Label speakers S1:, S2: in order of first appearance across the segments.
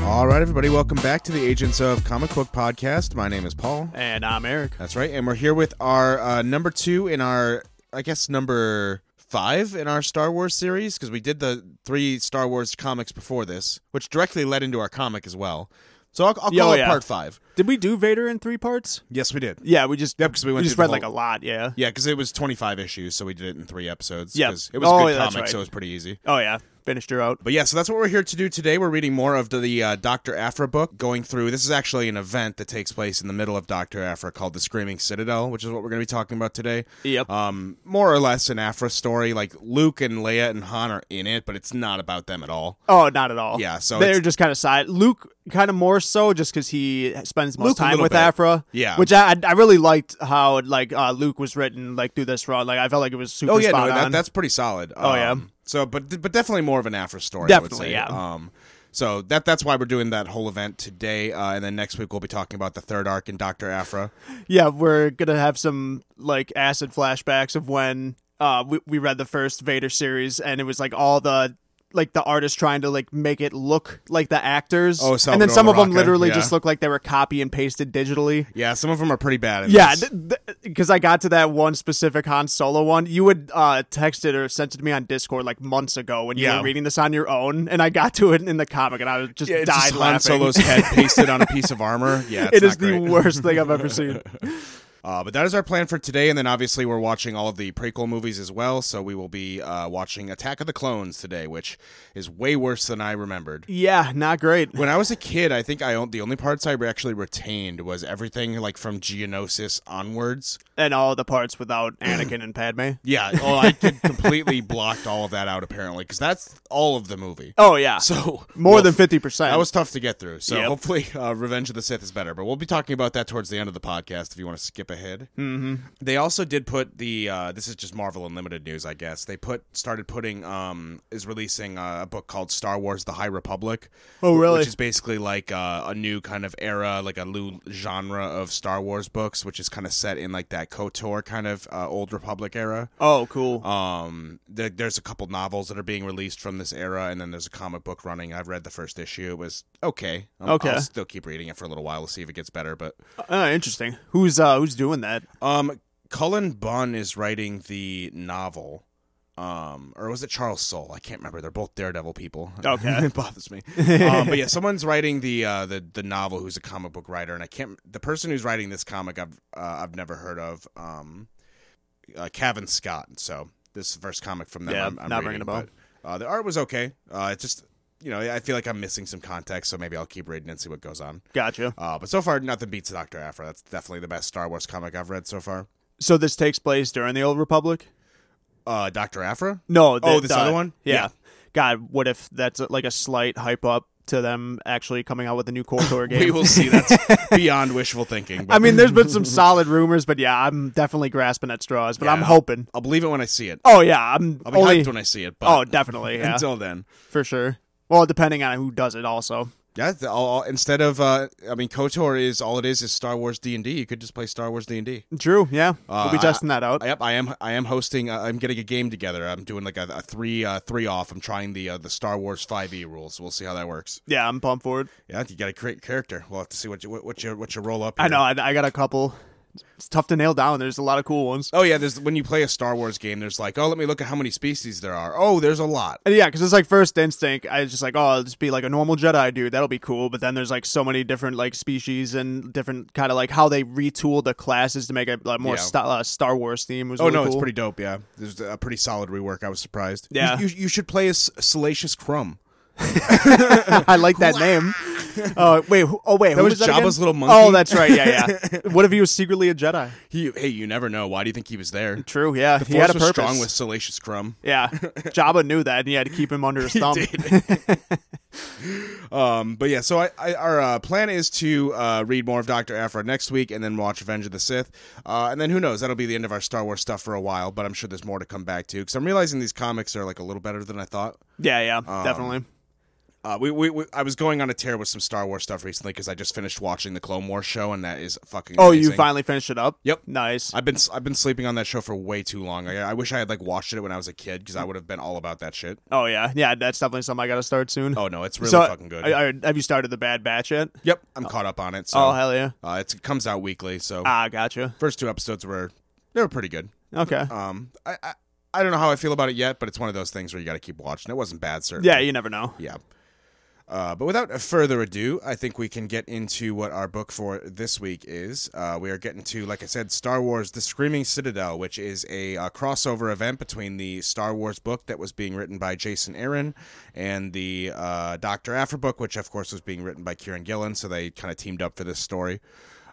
S1: All right, everybody, welcome back to the Agents of Comic Book Podcast. My name is Paul.
S2: And I'm Eric.
S1: That's right, and we're here with our uh, number two in our, I guess, number five in our Star Wars series because we did the three Star Wars comics before this, which directly led into our comic as well. So I'll, I'll
S2: Yeah,
S1: call
S2: oh,
S1: it
S2: yeah.
S1: part five.
S2: Did we do Vader in three parts?
S1: Yes, we did.
S2: Yeah, we just
S1: Yep, 'cause we went
S2: just
S1: through
S2: read
S1: the
S2: like a
S1: whole-
S2: lot. Yeah.
S1: Yeah, because it was 25 issues, so we did it in three episodes.
S2: Yep.
S1: 'cause It was
S2: Oh,
S1: good
S2: yeah, that's
S1: comic,
S2: right.
S1: so it was pretty easy.
S2: Oh yeah, finished her out.
S1: But yeah, so that's what we're here to do today. We're reading more of the uh, Dr. Afra book, going through. This is actually an event that takes place in the middle of Dr. Afra called The Screaming Citadel, which is what we're going to be talking about today.
S2: Yep.
S1: Um, more or less an Afra story. Like Luke and Leia and Han are in it, but it's not about them at all.
S2: oh, not at all.
S1: Yeah, so
S2: they're
S1: it's-
S2: just kind of side. Luke kind of more so just because he spends most
S1: Luke a
S2: time
S1: little
S2: with
S1: bit.
S2: Afra.
S1: Yeah.
S2: which I I really liked how like uh, Luke was written like through this run. Like I felt like it was super
S1: Oh yeah,
S2: spot
S1: no, that,
S2: on.
S1: that's pretty solid.
S2: Oh, yeah.
S1: Um, So, but but definitely more of an Afra story. I would
S2: Definitely,
S1: say.
S2: yeah.
S1: Um, so that that's why we're doing that whole event today, uh, and then next week we'll be talking about the third arc in Doctor Afra.
S2: yeah, we're gonna have some like acid flashbacks of when uh we, we read the first Vader series and it was like all the like the artists trying to like make it look like the actors.
S1: Oh,
S2: and then
S1: Salvador
S2: some of them
S1: Larroca,
S2: literally
S1: yeah.
S2: just look like they were copy and pasted digitally.
S1: Yeah, some of them are pretty bad. In
S2: Yeah,
S1: this.
S2: because I got to that one specific Han Solo one. You would uh, text it or sent it to me on Discord like months ago when you
S1: Yeah.
S2: were reading this on your own, and I got to it in the comic, and I was just
S1: Yeah, it's
S2: died
S1: just Han
S2: laughing.
S1: Solo's head pasted on a piece of armor. Yeah, it's
S2: it
S1: not
S2: is
S1: great.
S2: the worst thing I've ever seen.
S1: Uh, but that is our plan for today, and then obviously we're watching all of the prequel movies as well. So we will be uh, watching Attack of the Clones today, which is way worse than I remembered.
S2: Yeah, not great.
S1: When I was a kid, I think I owned the only parts I actually retained was everything like from Geonosis onwards.
S2: and all the parts without Anakin and Padme.
S1: Yeah, oh, I could completely blocked all of that out apparently because that's all of the movie.
S2: Oh yeah,
S1: So
S2: more
S1: well,
S2: than fifty percent.
S1: That was tough to get through. So
S2: Yep.
S1: hopefully, uh, Revenge of the Sith is better. But we'll be talking about that towards the end of the podcast. If you want to skip ahead, mm-hmm. they also did put the. Uh, this is just Marvel Unlimited news, I guess. They put started putting um, is releasing uh, a book called Star Wars: The High Republic.
S2: Oh,
S1: wh-
S2: really?
S1: Which is basically like uh, a new kind of era, like a new genre of Star Wars books, which is kind of set in like that KOTOR kind of uh, old Republic era.
S2: oh cool.
S1: Um, th- there's a couple novels that are being released from this era, and then there's a comic book running. I've read the first issue; it was okay. Um,
S2: Okay.
S1: I'll still keep reading it for a little while to see if it gets better. But
S2: Uh, interesting. Who's uh who's doing that?
S1: um, Cullen Bunn is writing the novel, um, or was it Charles Soule? I can't remember. They're both Daredevil people.
S2: Okay. Uh,
S1: it bothers me. Um, but yeah, someone's writing the uh, the the novel who's a comic book writer, and I can't. The person who's writing this comic, I've uh, I've never heard of. Um, uh, Kevin Scott. So this is the first comic from them.
S2: Yeah,
S1: I'm, I'm
S2: not
S1: reading,
S2: ringing a bell.
S1: But, uh, the art was okay. Uh, it's just you know I feel like I'm missing some context, so maybe I'll keep reading and see what goes on.
S2: Gotcha.
S1: Uh, but so far, nothing beats Doctor Afra. That's definitely the best Star Wars comic I've read so far.
S2: So this takes place during the Old Republic?
S1: Uh, Doctor Afra.
S2: No.
S1: Oh,
S2: the-
S1: this
S2: the-
S1: other one?
S2: Yeah.
S1: Yeah.
S2: God, what if that's uh, like a slight hype up to them actually coming out with a new Core Tour game?
S1: We will see. That's beyond wishful thinking. But
S2: I mean, there's been some solid rumors, but yeah, I'm definitely grasping at straws. But I'm
S1: Yeah.
S2: hoping.
S1: I'll believe it when I see it.
S2: Oh yeah, I'm
S1: I'll be
S2: only.
S1: hyped when I see it. But
S2: oh, definitely. Yeah,
S1: until then.
S2: for sure. Well, depending on who does it, also.
S1: Yeah, th- I'll, I'll- instead of uh, I mean, Kotor is all it is is Star Wars D and D. You could just play Star Wars D and D.
S2: True. Yeah, we'll be
S1: Uh, I-
S2: testing that out.
S1: Yep, I am. I am hosting. Uh, I'm getting a game together. I'm doing like a, a three uh, three off. I'm trying the uh, the Star Wars five E rules. We'll see how that works.
S2: yeah, I'm pumped for it.
S1: Yeah, you got to create character. We'll have to see what you what, what you what you roll up.
S2: I
S1: here.
S2: know. I, I got a couple. It's tough to nail down. There's a lot of cool ones.
S1: Oh yeah, there's when you play a Star Wars game, there's like, oh, let me look at how many species there are. Oh, there's a lot.
S2: And yeah, because it's like first instinct. I was just like, oh, I'll just be like a normal Jedi dude. That'll be cool. But then there's like so many different like species and different kind of like how they retool the classes to make a like, more
S1: Yeah.
S2: sta- uh, Star Wars theme. Was
S1: Oh
S2: really
S1: no, it's
S2: cool.
S1: pretty dope. Yeah, there's a pretty solid rework. I was surprised.
S2: Yeah.
S1: you, you, you should play as Salacious Crumb.
S2: I like that name. Uh, wait, who- oh wait, that who
S1: was
S2: was, that again?
S1: Jabba's little monkey.
S2: Oh, that's right. Yeah, yeah. what if he was secretly a Jedi?
S1: He, hey, you never know. Why do you think he was there?
S2: True. Yeah,
S1: The
S2: he had
S1: Force
S2: a
S1: was
S2: purpose.
S1: strong with Salacious Crumb.
S2: yeah, Jabba knew that, and he had to keep him under his thumb.
S1: Um, but yeah, so I, I our uh, plan is to uh, read more of Doctor Afra next week, and then watch Revenge of the Sith, uh, and then who knows? That'll be the end of our Star Wars stuff for a while. But I'm sure
S2: Um,
S1: there's more to come back to because I'm realizing these comics are like a little better than I thought.
S2: Yeah, yeah, definitely.
S1: Uh, we, we, we I was going on a tear with some Star Wars stuff recently because I just finished watching the Clone Wars show and that is fucking.
S2: Oh, you
S1: amazing.
S2: finally finished it up?
S1: Yep.
S2: Nice.
S1: I've been I've been sleeping on that show for way too long. I, I wish I had like watched it when I was a kid because I would have been all about that shit.
S2: oh yeah, yeah. That's definitely something I got to start soon.
S1: Oh no, it's really
S2: so,
S1: fucking good.
S2: I, I, have you started the Bad Batch yet?
S1: yep, I'm caught up on it. So
S2: Oh hell yeah.
S1: uh, it's, it comes out weekly. So
S2: Ah, gotcha.
S1: first two episodes were they were pretty good.
S2: Okay.
S1: Um, I, I I don't know how I feel about it yet, but it's one of those things where you got to keep watching. It wasn't bad, sir.
S2: Yeah, you never know.
S1: yeah. Uh, but without further ado, I think we can get into what our book for this week is. Uh, we are getting to, like I said, Star Wars: The Screaming Citadel, which is a uh, crossover event between the Star Wars book that was being written by Jason Aaron and the uh, Doctor Afra book, which of course was being written by Kieran Gillen. So they kind of teamed up for this story.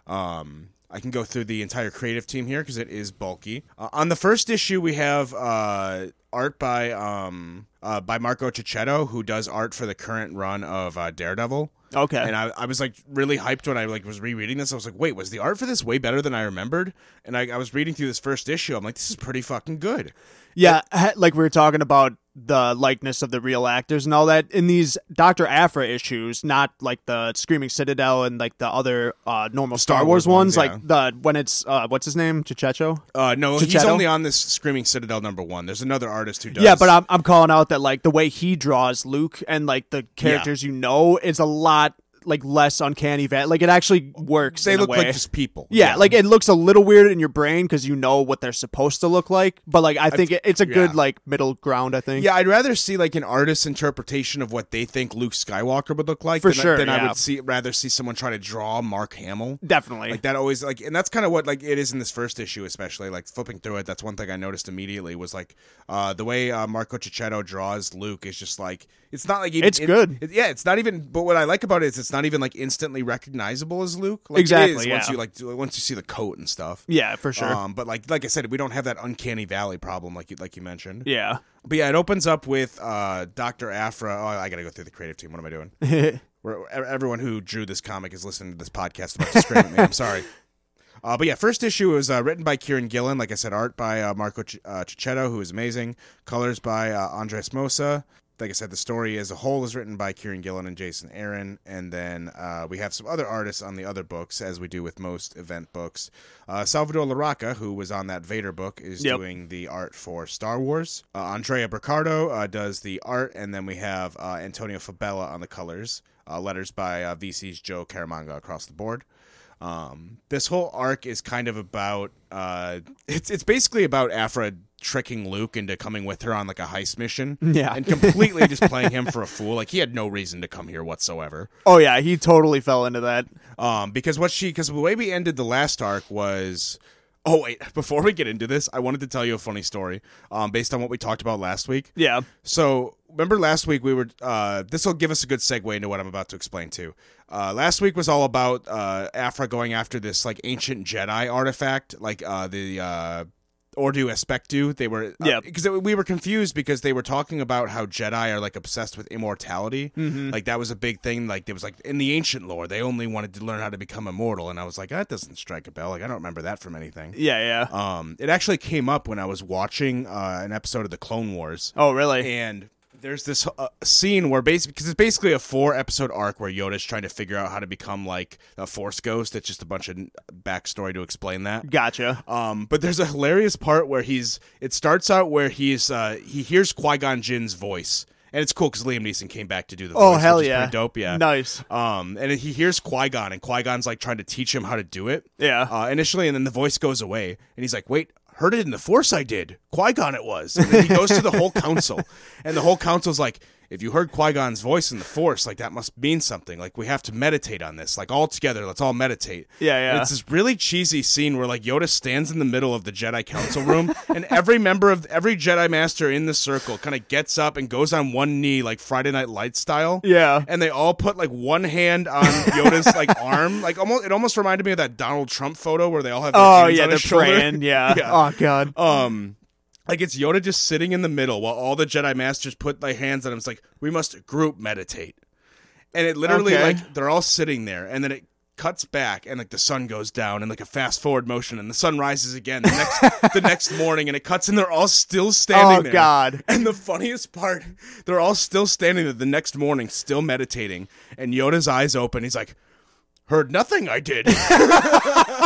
S1: Um, I can go through the entire creative team here because it is bulky. Uh, on the first issue, we have uh, art by um, uh, by Marco Cicchetto, who does art for the current run of uh, Daredevil.
S2: Okay.
S1: And I, I was like really hyped when I like was rereading this. I was like, wait, was the art for this way better than I remembered? And I, I was reading through this first issue. I'm like, this is pretty fucking good.
S2: Yeah, ha- like we were talking about the likeness of the real actors and all that in these Doctor Afra issues, not like the Screaming Citadel and like the other uh, normal Star,
S1: Star
S2: Wars,
S1: Wars
S2: ones,
S1: ones,
S2: like the when it's uh, what's his name, Chichecho.
S1: Uh, no, he's
S2: Cicchetto?
S1: only on this Screaming Citadel number one. There's another artist who does.
S2: Yeah, but I'm I'm calling out that like the way he draws Luke and like the characters you know is a lot like less uncanny. Va- like it actually works.
S1: they
S2: in a
S1: look
S2: way.
S1: like just people.
S2: Yeah, like it looks a little weird in your brain because you know what they're supposed to look like, but like I think it, it's a good
S1: yeah.
S2: like middle ground. I think.
S1: Yeah, I'd rather see like an artist's interpretation of what they think Luke Skywalker would look like
S2: For
S1: than,
S2: sure,
S1: than I
S2: yeah.
S1: would see rather see someone try to draw Mark Hamill.
S2: definitely.
S1: Like that always like and that's kind of what like it is in this first issue especially like flipping through it that's one thing I noticed immediately was like uh the way uh, Marco Cicchetto draws Luke is just like it's not like even,
S2: It's
S1: it-
S2: good.
S1: it- yeah, it's not even but what I like about it is it's not even like instantly recognizable as Luke. Like, it
S2: Exactly,
S1: is Once
S2: yeah.
S1: you like do- once you see the coat and stuff.
S2: yeah, for sure.
S1: Um but like like I said we don't have that uncanny valley problem like you like you mentioned.
S2: yeah.
S1: But yeah, it opens up with uh, Dr. Afra. Oh, I got to go through the creative team. What am I doing? Where e- everyone who drew this comic is listening to this podcast about to scream at me. I'm sorry. Uh, but yeah, first issue was uh, written by Kieran Gillen. Like I said, art by uh, Marco Ch- uh, Cicchetto, who is amazing. Colors by uh, Andres Mosa. Like I said, the story as a whole is written by Kieran Gillen and Jason Aaron. And then uh, we have some other artists on the other books, as we do with most event books. Uh, Salvador Laraca, who was on that Vader book, is
S2: Yep.
S1: doing the art for Star Wars. Uh, Andrea Bricardo uh, does the art. And then we have uh, Antonio Fabella on the colors. Uh, letters by uh, VC's Joe Caramanga across the board um, this whole arc is kind of about uh, it's it's basically about Afra tricking Luke into coming with her on like a heist mission,
S2: Yeah.
S1: and completely just playing him for a fool. Like he had no reason to come here whatsoever.
S2: Oh yeah, he totally fell into that.
S1: Um, because what she because the way we ended the last arc was. Oh wait! Before we get into this, I wanted to tell you a funny story, um, based on what we talked about last week.
S2: Yeah.
S1: So remember last week we were. Uh, this will give us a good segue into what I'm about to explain too. Uh, last week was all about uh, Afra going after this like ancient Jedi artifact, like uh, the uh, Ordu Aspectu. They were
S2: Yeah.
S1: because we were confused because they were talking about how Jedi are like obsessed with immortality. Like that was a big thing. Like it was like in the ancient lore, they only wanted to learn how to become immortal, and I was like, that doesn't strike a bell. Like I don't remember that from anything.
S2: Yeah, yeah.
S1: Um, it actually came up when I was watching uh, an episode of the Clone Wars
S2: Oh really?
S1: and there's this uh, scene where basically because it's basically a four episode arc where Yoda's trying to figure out how to become like a Force ghost. It's just a bunch of n- backstory to explain that.
S2: Gotcha.
S1: Um, but there's a hilarious part where he's. It starts out where he's. Uh, he hears Qui Gon Jinn's voice, and it's cool because Liam Neeson came back to do the.
S2: Oh
S1: voice,
S2: hell
S1: which is
S2: yeah.
S1: pretty dope, yeah.
S2: Nice.
S1: Um, and he hears Qui Gon, and Qui Gon's like trying to teach him how to do it.
S2: Yeah.
S1: Uh, initially, and then the voice goes away, and he's like, "Wait, heard it in the Force? I did. Qui Gon, it was." And then he goes to the whole council, and the whole council's like. If you heard Qui Gon's voice in the Force, like that must mean something. Like we have to meditate on this. Like all together, let's all meditate.
S2: Yeah,
S1: And
S2: yeah.
S1: it's this really cheesy scene where like Yoda stands in the middle of the Jedi Council room, and every member of every Jedi Master in the circle kind of gets up and goes on one knee, like Friday Night Lights style.
S2: Yeah.
S1: And they all put like one hand on Yoda's like arm, like almost. It almost reminded me of that Donald Trump photo where they all have. Their
S2: Oh
S1: hands
S2: yeah,
S1: on
S2: they're
S1: his shoulder.
S2: praying. Yeah.
S1: Yeah.
S2: Oh god.
S1: Um, like it's Yoda just sitting in the middle while all the Jedi Masters put their hands on him. It's like we must group meditate, and it literally
S2: Okay.
S1: like they're all sitting there, and then it cuts back and like the sun goes down and like a fast forward motion and the sun rises again the next the next morning and it cuts and they're all still standing
S2: Oh,
S1: there.
S2: God.
S1: And the funniest part, they're all still standing there the next morning, still meditating, and Yoda's eyes open. He's like, Heard nothing I did. and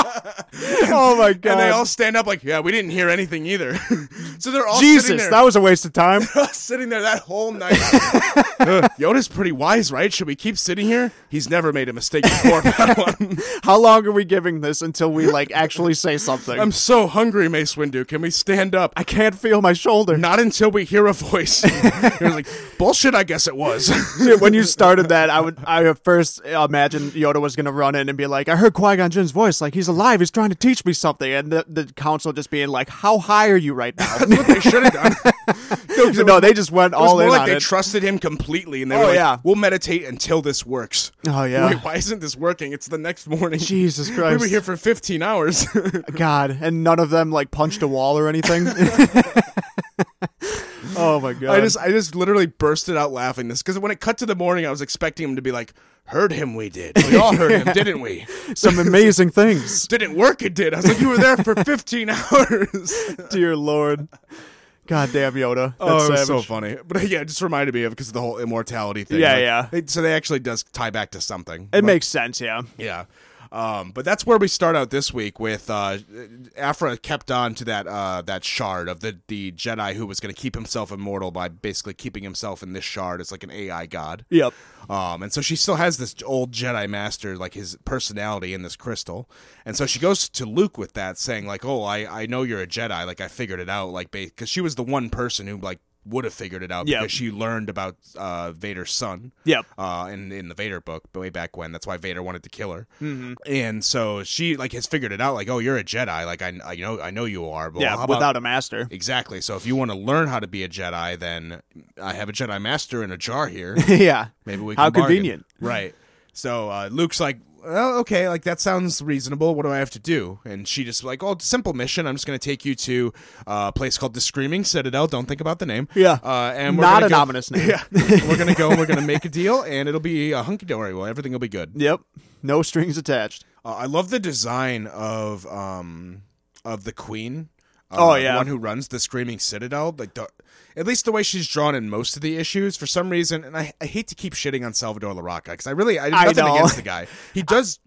S2: oh my god.
S1: they all stand up like, Yeah, we didn't hear anything either. so they're all sitting
S2: Jesus,
S1: there
S2: that was a waste of time.
S1: sitting there that whole night. Uh, Yoda's pretty wise, right? Should we keep sitting here? He's never made a mistake before about one.
S2: How long are we giving this until we like actually say something?
S1: I'm so hungry, Mace Windu. Can we stand up?
S2: I can't feel my shoulder.
S1: Not until we hear a voice. it was like, bullshit, I guess it was.
S2: Shit, when you started that, I would I at first imagined Yoda was gonna run in and be like, "I heard Qui Gon Jinn's voice. Like he's alive. He's trying to teach me something." And the, the council just being like, "How high are you right now?"
S1: That's what they should have done. No, 'cause it
S2: no, they just went
S1: was
S2: all
S1: more
S2: in
S1: like
S2: on
S1: they
S2: it.
S1: trusted him completely and they
S2: Oh,
S1: were like,
S2: yeah.
S1: we'll meditate until this works.
S2: oh yeah,
S1: Wait, why isn't this working? It's the next morning.
S2: Jesus
S1: We
S2: Christ,
S1: were here for 15 hours.
S2: God, and none of them like punched a wall or anything. oh my God,
S1: I just I just literally bursted out laughing this because when it cut to the morning, I was expecting him to be like, "Heard him, we did. We all heard him, didn't we?
S2: some amazing things,
S1: Didn't work, it did." I was like, "You were there for 15 hours."
S2: dear Lord. God damn Yoda. That's
S1: oh, it was
S2: savage.
S1: so funny. But yeah, it just reminded me of because of the whole immortality thing.
S2: Yeah, yeah.
S1: it- so they actually does tie back to something.
S2: it
S1: But-
S2: makes sense, yeah.
S1: yeah. Um, but that's where we start out this week with uh, Afra kept on to that uh, that shard of the, the Jedi who was going to keep himself immortal by basically keeping himself in this shard as like an AI god.
S2: Yep.
S1: Um, and so she still has this old Jedi master, like his personality in this crystal. And so she goes to Luke with that, saying like, "Oh, I I know you're a Jedi. Like I figured it out. Like because she was the one person who like would have figured it out
S2: Yeah.
S1: because she learned about uh, Vader's son.
S2: Yep.
S1: Uh, in in the Vader book, way back when. That's why Vader wanted to kill her. Mm-hmm. And so she like has figured it out. Like, oh, you're a Jedi. Like I, I know I know you are. But
S2: yeah,
S1: how about
S2: without a master.
S1: Exactly. So if you want to learn how to be a Jedi, then I have a Jedi master in a jar here.
S2: yeah.
S1: Maybe we can
S2: How
S1: bargain.
S2: convenient.
S1: Right. So uh, Luke's like, well, okay, like that sounds reasonable. What do I have to do? And she just like, oh, simple mission. I'm just going to take you to uh, a place called the Screaming Citadel. Don't think about the name.
S2: Yeah.
S1: Uh, and we're
S2: Not
S1: gonna
S2: an
S1: go-
S2: ominous name.
S1: Yeah. we're going to go and we're going to make a deal, and it'll be a hunky dory. Well, everything will be good.
S2: Yep. No strings attached.
S1: Uh, I love the design of um of the queen. Uh,
S2: Oh,
S1: the
S2: yeah.
S1: one who runs the Screaming Citadel. Like the, at least the way she's drawn in most of the issues. For some reason, and I, I hate to keep shitting on Salvador Larraca because I really I have
S2: I
S1: nothing
S2: know.
S1: against the guy. He does.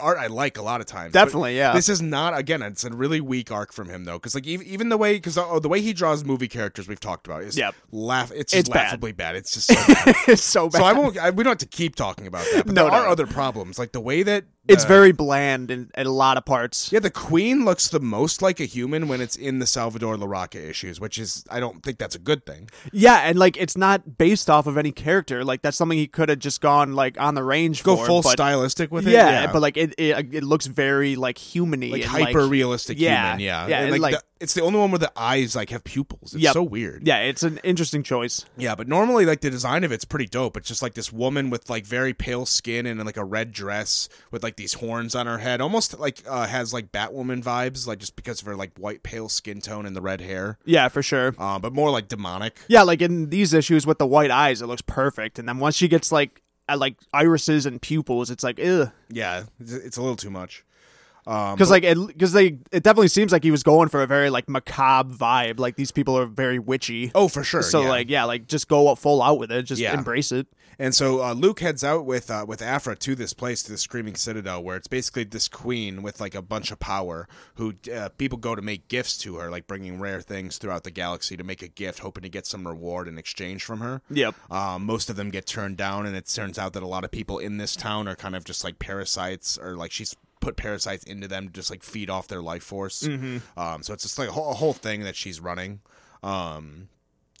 S1: Art I like a lot of times. but
S2: Definitely, yeah.
S1: This is not again. It's a really weak arc from him though, because like even, even the way because oh, the way he draws movie characters we've talked about is
S2: Yep.
S1: laugh. It's just
S2: It's bad.
S1: laughably bad. It's just so bad.
S2: it's so bad.
S1: so I won't. I, we don't have to keep talking about that. But
S2: No,
S1: there are
S2: no.
S1: other problems like the way that
S2: it's
S1: uh,
S2: very bland in, in a lot of parts.
S1: yeah, the queen looks the most like a human when it's in the Salvador Larraca issues, which is I don't think that's a good thing.
S2: Yeah, and like it's not based off of any character. Like that's something he could have just gone like on the range
S1: Go
S2: for.
S1: full
S2: but,
S1: stylistic with it.
S2: Yeah, but like it, it it looks very like humany
S1: like
S2: and,
S1: hyper realistic
S2: yeah,
S1: human. Yeah,
S2: yeah,
S1: And,
S2: and,
S1: like,
S2: like-
S1: the- it's the only one where the eyes like have pupils. It's
S2: Yep.
S1: so weird.
S2: yeah, it's an interesting choice.
S1: Yeah, but normally like the design of it's pretty dope. It's just like this woman with like very pale skin and like a red dress with like these horns on her head, almost like uh, has like Batwoman vibes, like just because of her like white pale skin tone and the red hair.
S2: Yeah, for sure.
S1: Uh, but more like demonic.
S2: Yeah, like in these issues with the white eyes, it looks perfect. And then once she gets like uh, like irises and pupils, it's like ugh.
S1: Yeah, it's- it's a little too much. Um,
S2: Because like because they it definitely seems like he was going for a very like macabre vibe. Like these people are very witchy.
S1: Oh, for sure.
S2: so
S1: yeah.
S2: like yeah, like just go up full out with it. Just
S1: Yeah.
S2: embrace it.
S1: And so uh, Luke heads out with uh, with Afra to this place, to the Screaming Citadel, where it's basically this queen with like a bunch of power, who uh, people go to make gifts to her, like bringing rare things throughout the galaxy to make a gift, hoping to get some reward in exchange from her.
S2: Yep.
S1: Um, most of them get turned down, and it turns out that a lot of people in this town are kind of just like parasites, or like she's put parasites into them to just like feed off their life force. Um, so it's just like a whole, a whole thing that she's running. Um,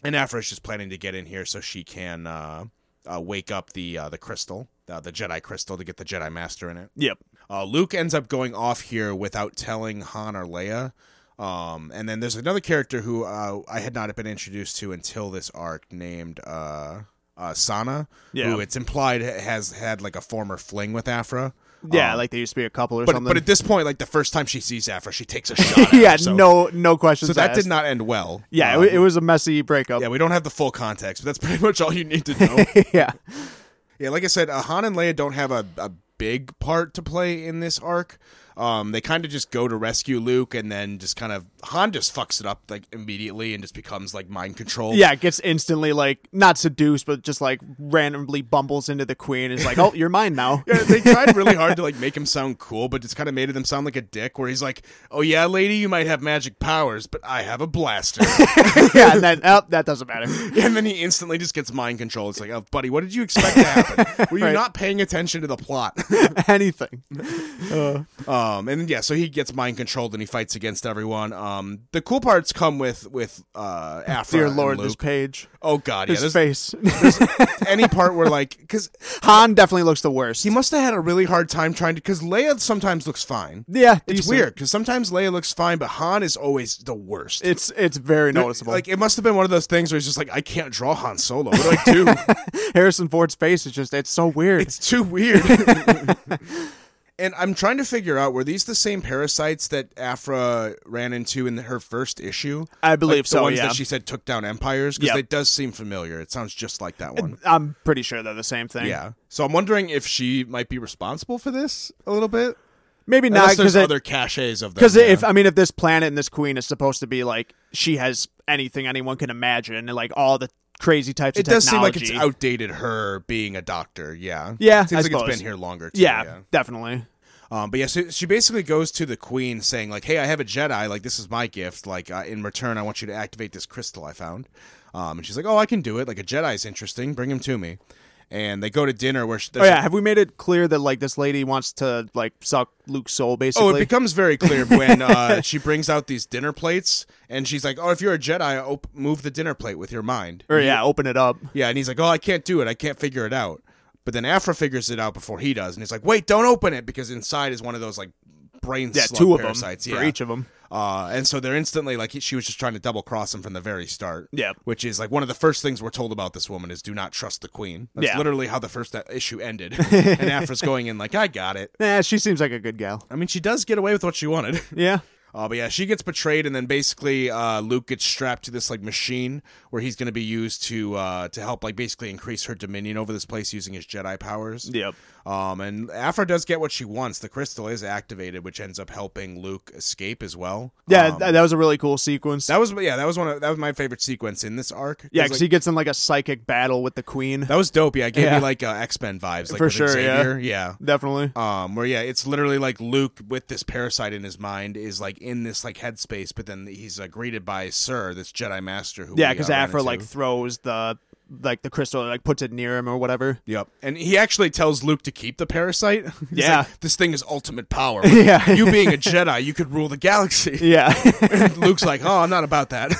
S1: and Afra is just planning to get in here so she can uh, uh, wake up the uh, the crystal, uh, the Jedi crystal, to get the Jedi Master in it.
S2: Yep.
S1: Uh, Luke ends up going off here without telling Han or Leia. Um, and then there's another character who uh, I had not been introduced to until this arc, named uh, uh, Sana,
S2: Yeah.
S1: who it's implied has had like a former fling with Afra.
S2: Yeah, like they used to be a couple or
S1: Um, But,
S2: something.
S1: but at this point, like the first time she sees Afra, she takes a shot. at her,
S2: yeah,
S1: so,
S2: no no questions.
S1: So that
S2: asked.
S1: did not end well.
S2: Yeah, it
S1: Um,
S2: wa- it, was a messy breakup.
S1: yeah, we don't have the full context, but that's pretty much all you need to know.
S2: yeah.
S1: Yeah, like I said, uh, Han and Leia don't have a, a big part to play in this arc. Um, they kind of just go to rescue Luke, and then just kind of Han just fucks it up like immediately, and just becomes like mind controlled.
S2: Yeah, it gets instantly like not seduced, but just like randomly bumbles into the queen. And is like, oh, you're mine now.
S1: Yeah, they tried really hard to like make him sound cool, but it's kind of made him sound like a dick. Where he's like, "Oh yeah, lady, you might have magic powers, but I have a blaster."
S2: yeah, and then oh, that doesn't matter.
S1: and then he instantly just gets mind control. It's like, "Oh, buddy, what did you expect to happen? Were you
S2: Right.
S1: not paying attention to the plot?"
S2: Anything.
S1: um, and then, yeah, so he gets mind controlled and he fights against everyone. Um, the cool parts come with with uh, Afra
S2: Dear
S1: and
S2: Lord,
S1: Luke.
S2: this page,
S1: oh god, yeah,
S2: his
S1: there's,
S2: face.
S1: any part where like because
S2: Han definitely looks the worst.
S1: he must have had a really hard time trying to because Leia sometimes looks fine.
S2: yeah,
S1: It's
S2: decent.
S1: weird because sometimes Leia looks fine, but Han is always the worst.
S2: It's it's very noticeable.
S1: Like it must have been one of those things where he's just like, I can't draw Han Solo. What do I do?
S2: Harrison Ford's face is just it's so weird.
S1: it's too weird. and I'm trying to figure out were these the same parasites that Afra ran into in her first issue?
S2: I believe
S1: Like, the
S2: so,
S1: ones
S2: yeah.
S1: that she said took down empires because
S2: Yep.
S1: it does seem familiar. It sounds just like that one.
S2: I'm pretty sure they're the same thing.
S1: Yeah. So I'm wondering if she might be responsible for this a little bit.
S2: maybe not
S1: Unless
S2: because
S1: there's
S2: it,
S1: other caches of them.
S2: Because
S1: yeah.
S2: if I mean, if this planet and this queen is supposed to be like she has anything anyone can imagine, and like all the crazy types
S1: it
S2: of technology,
S1: does seem like it's outdated her being a doctor. Yeah.
S2: Yeah,
S1: Seems
S2: I
S1: like it's
S2: suppose.
S1: been here longer. Too,
S2: Yeah, definitely.
S1: Um, but yeah, so she basically goes to the queen saying like, "Hey, I have a Jedi. Like, this is my gift. Like, uh, in return, I want you to activate this crystal I found." Um, and she's like, "Oh, I can do it. Like, a Jedi's interesting. Bring him to me." And they go to dinner where she,
S2: Oh yeah, have we made it clear that like this lady wants to like suck Luke's soul basically?
S1: Oh, it becomes very clear when uh, she brings out these dinner plates, and she's like, "Oh, if you're a Jedi, op- move the dinner plate with your mind."
S2: or yeah, open it up.
S1: Yeah, and he's like, "Oh, I can't do it. I can't figure it out." But then Afra figures it out before he does, and he's like, "Wait, don't open it because inside is one of those like brain
S2: Yeah,
S1: slug
S2: two of
S1: parasites.
S2: them
S1: yeah,
S2: for each of them.
S1: Uh, and so they're instantly like she was just trying to double cross him from the very start.
S2: Yep.
S1: which is like one of the first things we're told about this woman is do not trust the queen. That's
S2: Yeah.
S1: literally how the first uh, issue ended. and Afra's going in like, "I got it."
S2: Nah, she seems like a good gal.
S1: I mean, she does get away with what she wanted.
S2: Yeah,
S1: Uh, but yeah, she gets betrayed, and then basically uh, Luke gets strapped to this like machine where he's going to be used to uh, to help like basically increase her dominion over this place using his Jedi powers.
S2: Yep.
S1: Um, and Afra does get what she wants. The crystal is activated, which ends up helping Luke escape as well.
S2: yeah.
S1: Um,
S2: th- that was a really cool sequence.
S1: that was yeah, that was one of that was my favorite sequence in this arc.
S2: yeah,
S1: 'Cause,
S2: because
S1: like,
S2: he gets in like a psychic battle with the queen.
S1: that was dope. Yeah, it gave
S2: Yeah.
S1: me like uh, X Men vibes, like
S2: For
S1: with
S2: sure, yeah.
S1: Xavier. yeah.
S2: definitely.
S1: um where yeah it's literally like luke with this parasite in his mind is like in this like headspace but then he's uh, greeted by sir this jedi master who we,
S2: yeah,
S1: uh,
S2: because
S1: ran
S2: Afra
S1: into.
S2: like throws the like the crystal, like puts it near him or whatever.
S1: yep and he actually tells luke to keep the parasite He's
S2: Yeah.
S1: like, this thing is ultimate power
S2: Yeah.
S1: you being a jedi you could rule the galaxy
S2: Yeah.
S1: And luke's like oh i'm not about that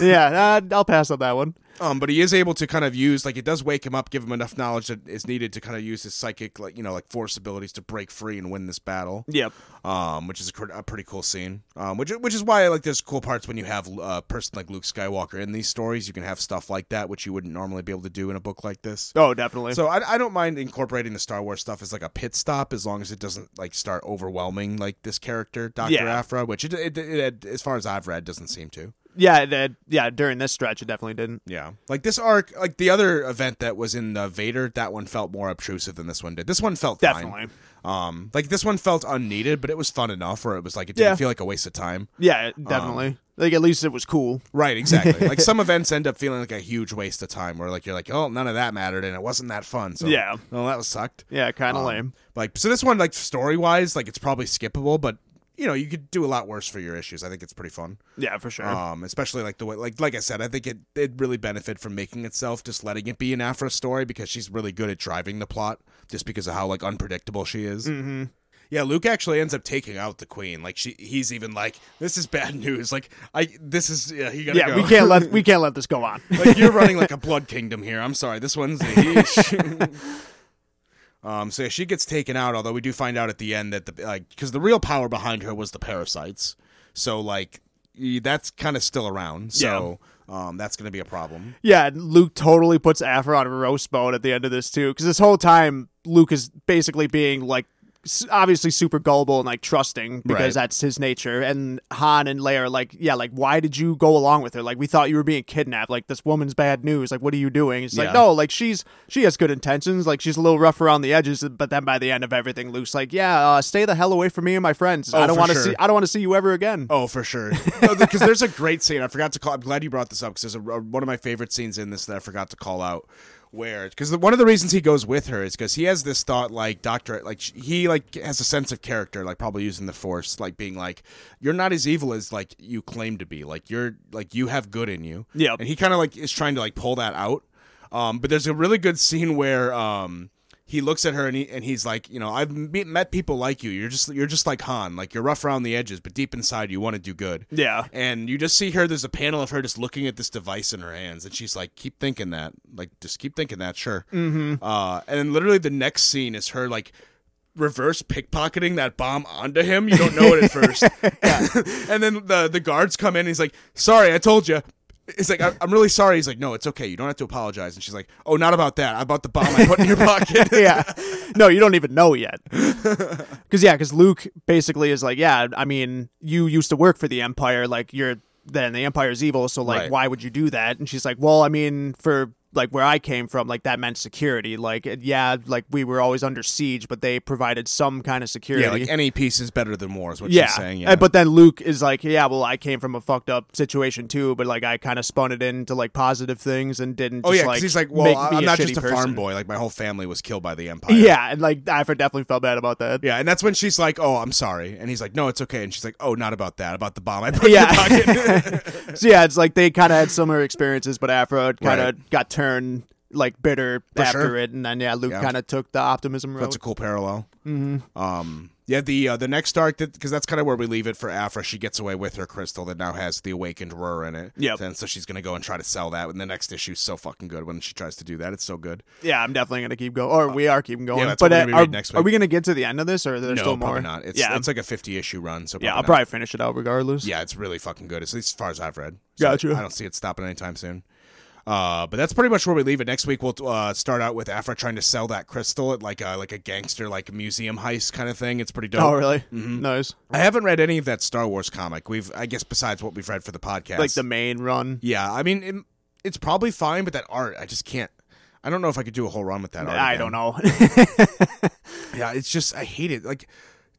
S2: yeah, uh, I'll pass on that one.
S1: um but he is able to kind of use like it does wake him up give him enough knowledge that is needed to kind of use his psychic like you know like force abilities to break free and win this battle
S2: Yep.
S1: um, which is a, cr- a pretty cool scene. Um, which which is why like there's cool parts when you have uh, a person like Luke Skywalker in these stories. You can have stuff like that, which you wouldn't normally be able to do in a book like this.
S2: Oh, definitely.
S1: So I, I don't mind incorporating the Star Wars stuff as like a pit stop, as long as it doesn't like start overwhelming like this character Doctor
S2: Yeah.
S1: Afra, which it, it, it, as far as I've read doesn't seem to.
S2: yeah, that, yeah. During this stretch, it definitely didn't.
S1: Yeah, like this arc, like the other event that was in the Vader, that one felt more obtrusive than this one did. This one felt fine.
S2: Definitely.
S1: Um, like this one felt unneeded, but it was fun enough where it was like it didn't
S2: Yeah.
S1: feel like a waste of time.
S2: Yeah, it- definitely.
S1: Um,
S2: like at least it was cool.
S1: Right, exactly. like some events end up feeling like a huge waste of time where like you're like, oh, none of that mattered and it wasn't that fun. So
S2: Yeah.
S1: no, that was sucked.
S2: Yeah, kind
S1: um,
S2: of lame.
S1: Like so this one, like story wise, like it's probably skippable, but you know, you could do a lot worse for your issues. I think it's pretty fun.
S2: Yeah, for sure.
S1: Um, especially like the way like like I said, I think it it really benefit from making itself, just letting it be an Afra story because she's really good at driving the plot just because of how like unpredictable she is. Mm-hmm. Yeah, Luke actually ends up taking out the queen. Like she, he's even like, "This is bad news. Like I, this is yeah, he gotta
S2: yeah,
S1: go."
S2: we can't let we can't let this go on.
S1: like you're running like a blood kingdom here. I'm sorry, this one's a yeesh. um. So yeah, she gets taken out. Although we do find out at the end that the like because the real power behind her was the parasites. So like y- that's kind of still around. So um, that's gonna be a problem.
S2: yeah, and Luke totally puts Afra on a roast mode at the end of this too, because this whole time Luke is basically being like s- obviously super gullible and like trusting because that's his nature. And Han and Leia are like, yeah, like why did you go along with her? Like we thought you were being kidnapped. Like this woman's bad news. Like what are you doing? It's
S1: Yeah.
S2: like no, like she's she has good intentions. Like she's a little rough around the edges, but then by the end of everything, Luke's like, yeah, uh, stay the hell away from me and my friends.
S1: Oh,
S2: I don't
S1: for
S2: want to
S1: sure.
S2: see I don't want to see you ever again.
S1: Oh, for sure. Because there's a great scene. I forgot to call. I'm glad you brought this up because there's a, a- one of my favorite scenes in this that I forgot to call out. Where because one of the reasons he goes with her is because he has this thought like Doctor like sh- he like has a sense of character like probably using the Force like being like you're not as evil as like you claim to be like you're like you have good in you
S2: Yep.
S1: and he kind of like is trying to like pull that out um but there's a really good scene where um he looks at her and, he, and he's like, you know, I've me- met people like you. You're just you're just like Han. Like you're rough around the edges, but deep inside you want to do good.
S2: Yeah.
S1: And you just see her. There's a panel of her just looking at this device in her hands, and she's like, "Keep thinking that. Like just keep thinking that. Sure." Mm-hmm. Uh, and then literally the next scene is her like reverse pickpocketing that bomb onto him. You don't know it at first. and then the the guards come in. And he's like, "Sorry, I told you." It's like "I- I'm really sorry. He's like, "No, it's okay. You don't have to apologize." And she's like, "Oh, not about that. About the bomb I put in your pocket."
S2: yeah. No, you don't even know yet. Because yeah, because Luke basically is like, yeah, I mean, you used to work for the Empire, like you're then the Empire's evil, so like,
S1: Right.
S2: why would you do that? And she's like, well, I mean, for like where I came from, like that meant security. Like, it- yeah, like we were always under siege, but they provided some kind of security.
S1: Yeah, like any piece is better than more is what
S2: yeah.
S1: she's saying.
S2: And- but then Luke is like, yeah, well, I came from a fucked up situation too, but like I kind of spun it into like positive things and didn't.
S1: oh
S2: just,
S1: yeah, 'cause
S2: like,
S1: he's like,
S2: make
S1: well, I-
S2: me
S1: I'm
S2: a
S1: not just
S2: shitty
S1: a farm
S2: person."
S1: boy. Like my whole family was killed by the empire.
S2: Yeah, and like I definitely felt bad about that.
S1: Yeah, and that's when she's like, "Oh, I'm sorry," and he's like, "No, it's okay." And she's like, "Oh, not about that. About the bomb I put in your pocket."
S2: yeah. so yeah, it's like they kind of had similar experiences, but Afro kind of
S1: Right.
S2: got turned like bitter after
S1: sure.
S2: it, and then yeah, Luke
S1: Yeah.
S2: kind of took the optimism road.
S1: That's a cool parallel.
S2: Mm-hmm.
S1: Um, yeah, the uh, the next arc that because that's kind of where we leave it for Afra. She gets away with her crystal that now has the awakened Rur in it.
S2: Yep.
S1: and so she's gonna go and try to sell that. And the next issue is so fucking good when she tries to do that. It's so good.
S2: yeah, I'm definitely gonna keep going, or we are keeping going.
S1: that's what
S2: but
S1: we're
S2: uh,
S1: gonna be
S2: are,
S1: reading next
S2: are we gonna get to the end of this, or there's
S1: no,
S2: still more?
S1: probably not. It's
S2: yeah,
S1: it's like a 50 issue run. So
S2: yeah, I'll
S1: not.
S2: probably finish it out regardless.
S1: Yeah, it's really fucking good. It's, at least as far as I've read.
S2: Gotcha.
S1: I don't see it stopping anytime soon. Uh, but that's pretty much where we leave it. Next week we'll uh, start out with Afra trying to sell that crystal at like a like a gangster like museum heist kind of thing. It's pretty dope.
S2: Oh really?
S1: Mm-hmm.
S2: Nice.
S1: I haven't read any of that Star Wars comic. We've I guess besides what we've read for the podcast.
S2: Like the main run.
S1: yeah, I mean it, it's probably fine, but that art I just can't. I don't know if I could do a whole run with that art.
S2: I
S1: again.
S2: don't know.
S1: Yeah, it's just I hate it. Like,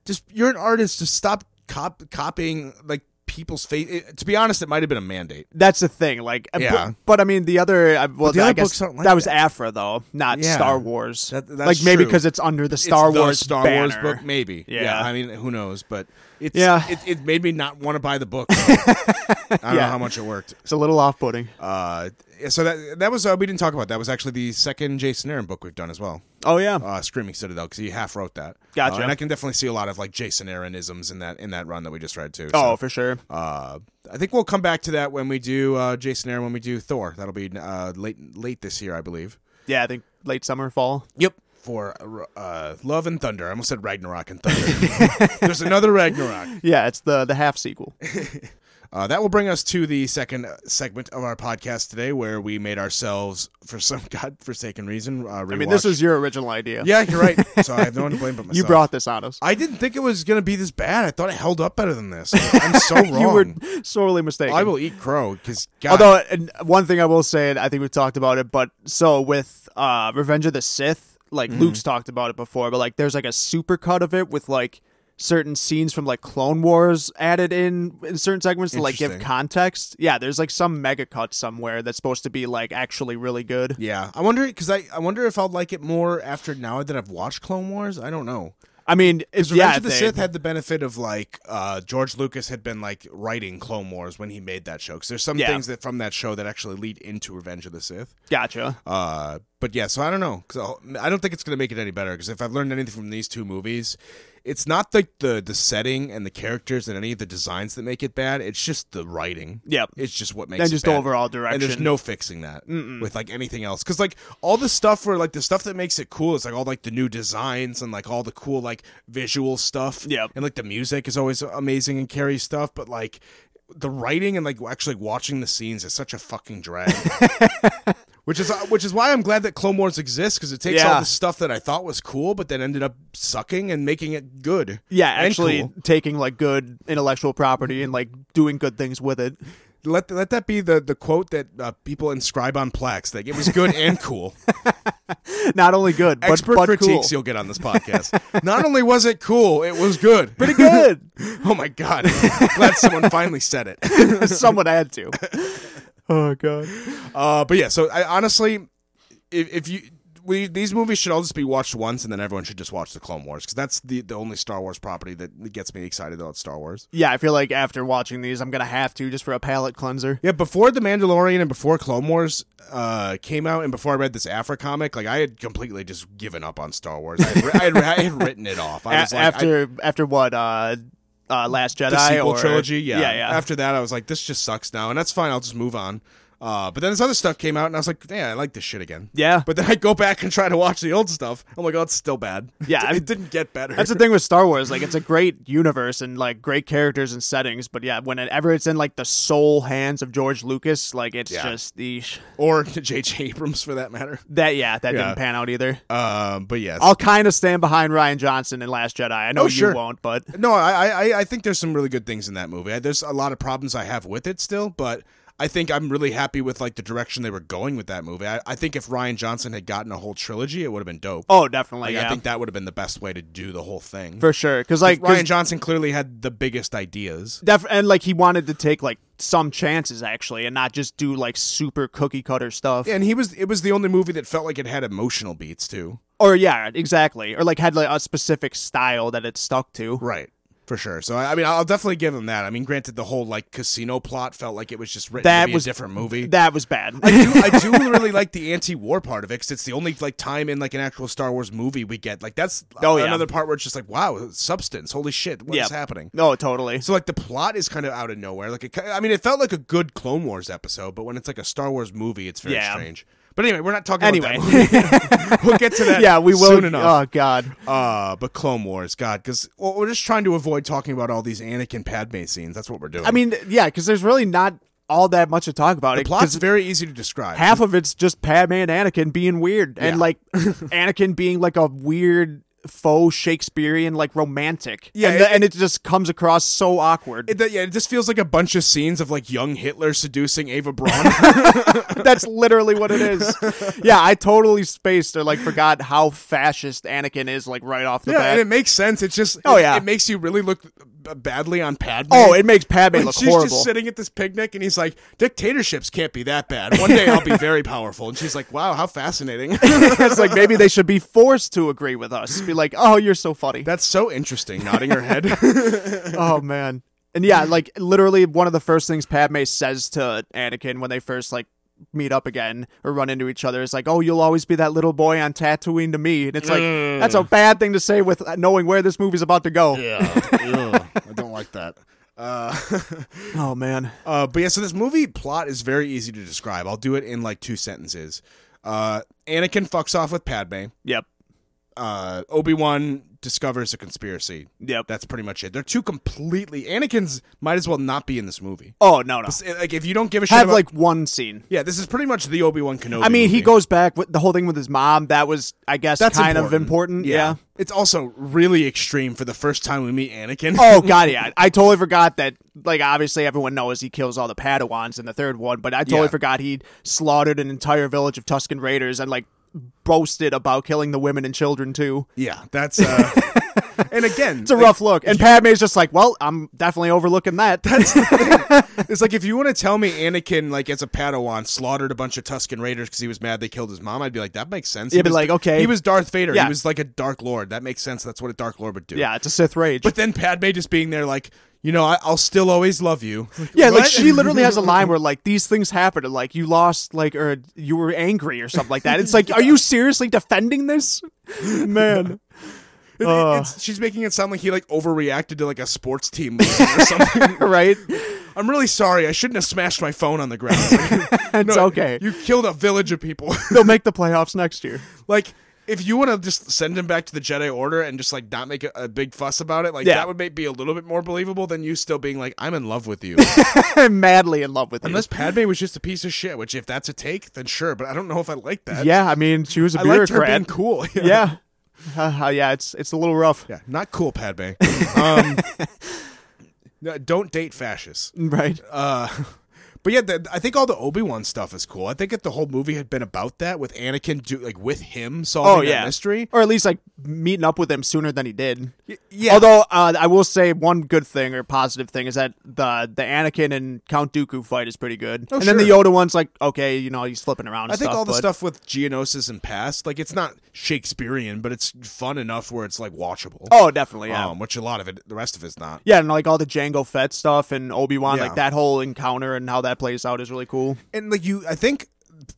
S1: just you're an artist. Just stop cop- copying like people's face. It- to be honest, it might have been a mandate.
S2: That's the thing. Like, uh, bu-
S1: Yeah.
S2: but, I mean, the other, uh, well,
S1: the
S2: I
S1: other
S2: guess
S1: books aren't like
S2: that was
S1: that.
S2: Afra though, not
S1: Yeah.
S2: Star Wars.
S1: That- that's
S2: like maybe
S1: true.
S2: because it's under the Star
S1: it's the
S2: Wars
S1: Star Wars
S2: banner.
S1: book, maybe. Yeah.
S2: Yeah.
S1: I mean, who knows? But it's
S2: Yeah.
S1: it, it made me not want to buy the book. I don't know
S2: Yeah.
S1: how much it worked.
S2: It's a little off-putting.
S1: Uh, so that that was uh, we didn't talk about that was actually the second Jason Aaron book we've done as well.
S2: Oh yeah,
S1: Uh, Screaming Citadel because he half wrote that.
S2: Gotcha.
S1: Uh, and I can definitely see a lot of like Jason Aaron isms in that in that run that we just read too. so,
S2: Oh, for sure.
S1: uh, I think we'll come back to that when we do uh, Jason Aaron when we do Thor. That'll be uh, late late this year, I believe.
S2: Yeah, I think late summer, fall.
S1: Yep. For uh, Love and Thunder. I almost said Ragnarok and Thunder. There's another Ragnarok.
S2: Yeah, it's the the half sequel.
S1: Uh, that will bring us to the second uh, segment of our podcast today, where we made ourselves, for some godforsaken reason, uh,
S2: I mean, this was your original idea.
S1: Yeah, you're right. So I have no one to blame but myself.
S2: you brought this on us.
S1: I didn't think it was going to be this bad. I thought it held up better than this. I'm so wrong.
S2: You were sorely mistaken.
S1: I will eat crow because God.
S2: Although, and one thing I will say, and I think we've talked about it, but so with uh, Revenge of the Sith, like
S1: Mm-hmm.
S2: Luke's talked about it before, but like there's like a super cut of it with like certain scenes from like Clone Wars added in in certain segments to like give
S1: Interesting.
S2: context. Yeah, there's like some mega cut somewhere that's supposed to be like actually really good.
S1: yeah, I wonder because I, I wonder if I'll like it more after now that I've watched Clone Wars. I don't know.
S2: I mean, it's
S1: Revenge
S2: yeah,
S1: of the
S2: they-
S1: Sith had the benefit of like uh, George Lucas had been like writing Clone Wars when he made that show because there's some
S2: Yeah.
S1: things that from that show that actually lead into Revenge of the Sith.
S2: Gotcha.
S1: Uh, but yeah, so I don't know because I don't think it's gonna make it any better because if I've learned anything from these two movies, it's not like the the setting and the characters and any of the designs that make it bad. It's just the writing.
S2: Yep.
S1: It's just what makes
S2: And
S1: it
S2: just
S1: bad.
S2: overall
S1: And there's
S2: direction.
S1: no fixing that with like anything else because like all the stuff where like the stuff that makes it cool is like all like the new designs and like all the cool like visual stuff.
S2: Yep.
S1: And like the music is always amazing and carry stuff, but like the writing and like actually watching the scenes is such a fucking drag. Which is uh, which is why I'm glad that Clone Wars exists because it takes
S2: Yeah.
S1: all the stuff that I thought was cool, but then ended up sucking and making it good.
S2: Yeah,
S1: and
S2: actually
S1: cool.
S2: taking like good intellectual property and like doing good things with it.
S1: let let that be the the quote that uh, people inscribe on plaques. Like it was good and cool.
S2: Not only good, but,
S1: Expert
S2: but
S1: critiques
S2: cool.
S1: you'll get on this podcast. Not only was it cool, it was good.
S2: Pretty good.
S1: oh my god! Glad someone finally said it.
S2: Someone had to. Oh god.
S1: Uh, but yeah, so I honestly, if, if you we, these movies should all just be watched once, and then everyone should just watch the Clone Wars because that's the the only Star Wars property that gets me excited about Star Wars.
S2: Yeah, I feel like after watching these, I'm gonna have to just for a palate cleanser.
S1: Yeah, before The Mandalorian and before Clone Wars uh, came out, and before I read this Afro comic, like I had completely just given up on Star Wars. I had, I had, I had written it off. I
S2: A-
S1: was like, I,
S2: after after what uh, uh Last Jedi
S1: the sequel
S2: or
S1: trilogy, yeah.
S2: yeah, yeah.
S1: After that, I was like, this just sucks now, and that's fine. I'll just move on. Uh, but then this other stuff came out, and I was like, yeah, I like this shit again.
S2: Yeah.
S1: But then I go back and try to watch the old stuff. I'm like, oh, it's still bad.
S2: Yeah, I-
S1: it didn't get better.
S2: That's the thing with Star Wars. Like, it's a great universe and like great characters and settings, but yeah, whenever it's in like the sole hands of George Lucas, like it's
S1: Yeah.
S2: just the
S1: or J.J. Abrams for that matter.
S2: that yeah that
S1: Yeah.
S2: didn't pan out either.
S1: Uh, but yes,
S2: I'll kind of stand behind Ryan Johnson in Last Jedi. I know
S1: Oh,
S2: you
S1: sure.
S2: won't, but
S1: No, I, I- I, I think there's some really good things in that movie. I, there's a lot of problems I have with it still, but I think I'm really happy with like the direction they were going with that movie. I, I think if Ryan Johnson had gotten a whole trilogy, it would have been dope.
S2: oh, definitely,
S1: like,
S2: yeah,
S1: I think that would have been the best way to do the whole thing.
S2: for sure. Because like, 'cause
S1: Ryan Johnson clearly had the biggest ideas.
S2: def- and like he wanted to take like some chances actually, and not just do like super cookie cutter stuff.
S1: And he was it was the only movie that felt like it had emotional beats too.
S2: Or yeah, exactly. Or like had like a specific style that it stuck to.
S1: Right. For sure. So I I mean I'll definitely give him that. I mean granted the whole like casino plot felt like it was just written
S2: That
S1: to be
S2: was-
S1: a different movie.
S2: That was bad.
S1: do- I do really like the anti-war part of it because it's the only like time in like an actual Star Wars movie we get like that's
S2: Oh, yeah.
S1: another part where it's just like wow substance holy shit what's
S2: Yeah.
S1: happening
S2: no, totally.
S1: so like the plot is kind of out of nowhere like it, ki- I mean it felt like a good Clone Wars episode but when it's like a Star Wars movie it's very
S2: Yeah.
S1: strange but anyway we're not talking
S2: Anyway,
S1: about that movie. we'll get to that
S2: yeah, we will.
S1: soon enough
S2: Oh God,
S1: uh but Clone Wars God because well, we're just trying to avoid talking about all these Anakin Padme scenes that's what we're doing
S2: I mean, yeah, because there's really not all that much to talk about.
S1: the
S2: it,
S1: plot's
S2: 'cause
S1: very easy to describe
S2: half of it's just Padme and Anakin being weird, and
S1: Yeah.
S2: like Anakin being like a weird faux Shakespearean, like romantic.
S1: Yeah,
S2: and,
S1: it-
S2: the- and it just comes across so awkward.
S1: It, that- yeah, it just feels like a bunch of scenes of like young Hitler seducing Ava Braun.
S2: That's literally what it is. yeah, I totally spaced or like forgot how fascist Anakin is, like right off the
S1: yeah,
S2: bat.
S1: and it makes sense. It's just
S2: Oh,
S1: it-
S2: yeah.
S1: it makes you really look b- badly on Padme.
S2: oh, it makes Padme
S1: When
S2: look
S1: she's
S2: horrible.
S1: just sitting at this picnic, and he's like, "Dictatorships can't be that bad. One day I'll be very powerful." And she's like, "Wow, how fascinating!
S2: it's like maybe they should be forced to agree with us. Be like, oh, you're so funny.
S1: That's so interesting." Nodding her head.
S2: oh man. And yeah, like literally one of the first things Padme says to Anakin when they first like meet up again or run into each other is like, "Oh, you'll always be that little boy on Tatooine to me." And it's like that's a bad thing to say with uh, knowing where this movie's about to go.
S1: Mm. yeah, I don't like that. Uh,
S2: Oh man.
S1: Uh, but yeah, so this movie plot is very easy to describe. I'll do it in like two sentences. Uh, Anakin fucks off with Padme.
S2: Yep.
S1: uh, Obi Wan discovers a conspiracy.
S2: Yep.
S1: That's pretty much it. They're two completely. Anakin's might as well not be in this movie.
S2: oh no, no.
S1: It's- Like if you don't give a shit
S2: Have
S1: about,
S2: like one scene.
S1: yeah, this is pretty much the Obi Wan Kenobi.
S2: I mean, he
S1: movie.
S2: goes back with the whole thing with his mom. That was, I guess,
S1: That's
S2: kind of
S1: important.
S2: important. yeah.
S1: it's also really extreme for the first time we meet Anakin.
S2: Oh god, yeah. I totally forgot that. Like, obviously, everyone knows he kills all the Padawans in the third one, but I totally
S1: Yeah.
S2: forgot he slaughtered an entire village of Tuscan Raiders and like boasted about killing the women and children too.
S1: yeah, that's uh, and again,
S2: It's a rough look, and Padme's just like, "Well, I'm definitely overlooking that."
S1: It's like if you want to tell me Anakin, like as a Padawan, slaughtered a bunch of Tusken Raiders because he was mad they killed his mom, I'd be like, that makes sense.
S2: Yeah,
S1: He
S2: but
S1: was
S2: like,
S1: the-
S2: okay.
S1: he was Darth Vader.
S2: Yeah.
S1: He was like a Dark Lord. That makes sense. That's what a Dark Lord would do.
S2: yeah, it's a Sith rage.
S1: But then Padme just being there, like, you know, I, I'll still always love you.
S2: yeah, like
S1: What?
S2: she literally has a line where like these things happen, and like you lost, like or you were angry or something like that. It's like, are you seriously defending this, man?
S1: It-
S2: Uh.
S1: it's- she's making it sound like he like overreacted to like a sports team losing or something.
S2: right?
S1: I'm really sorry. I shouldn't have smashed my phone on the ground.
S2: It's okay.
S1: You killed a village of people.
S2: They'll make the playoffs next year.
S1: like. if you want to just send him back to the Jedi Order and just like not make a, a big fuss about it, like
S2: Yeah.
S1: that would make, be a little bit more believable than you still being like, "I'm in love with you."
S2: I'm madly in love with
S1: Unless Padme was just a piece of shit, which if that's a take, then sure. But I don't know if I like that.
S2: you. Yeah, I mean, she was a
S1: I liked her being
S2: bureaucrat.
S1: cool.
S2: yeah, Uh, yeah, it's it's a little rough,
S1: yeah, not cool, Padme. Um, no, don't date fascists.
S2: right?
S1: Uh, but yeah, the, I think all the Obi Wan stuff is cool. I think if the whole movie had been about that, with Anakin, do, like with him solving
S2: Oh yeah,
S1: that mystery.
S2: or at least like meeting up with him sooner than he did.
S1: Y- yeah,
S2: Although uh, I will say one good thing or positive thing is that the the Anakin and Count Dooku fight is pretty good,
S1: Oh,
S2: and then the
S1: sure.
S2: Yoda one's like okay, you know, he's flipping around. And
S1: I think
S2: stuff,
S1: all the
S2: but-
S1: stuff with Geonosis and past, like it's not Shakespearean, but it's fun enough where it's like watchable.
S2: Oh, definitely, yeah.
S1: um, which a lot of it, the rest of it's not.
S2: Yeah, and like all the Django Fett stuff and Obi Wan,
S1: Yeah.
S2: like that whole encounter and how that plays out is really cool.
S1: and like you i think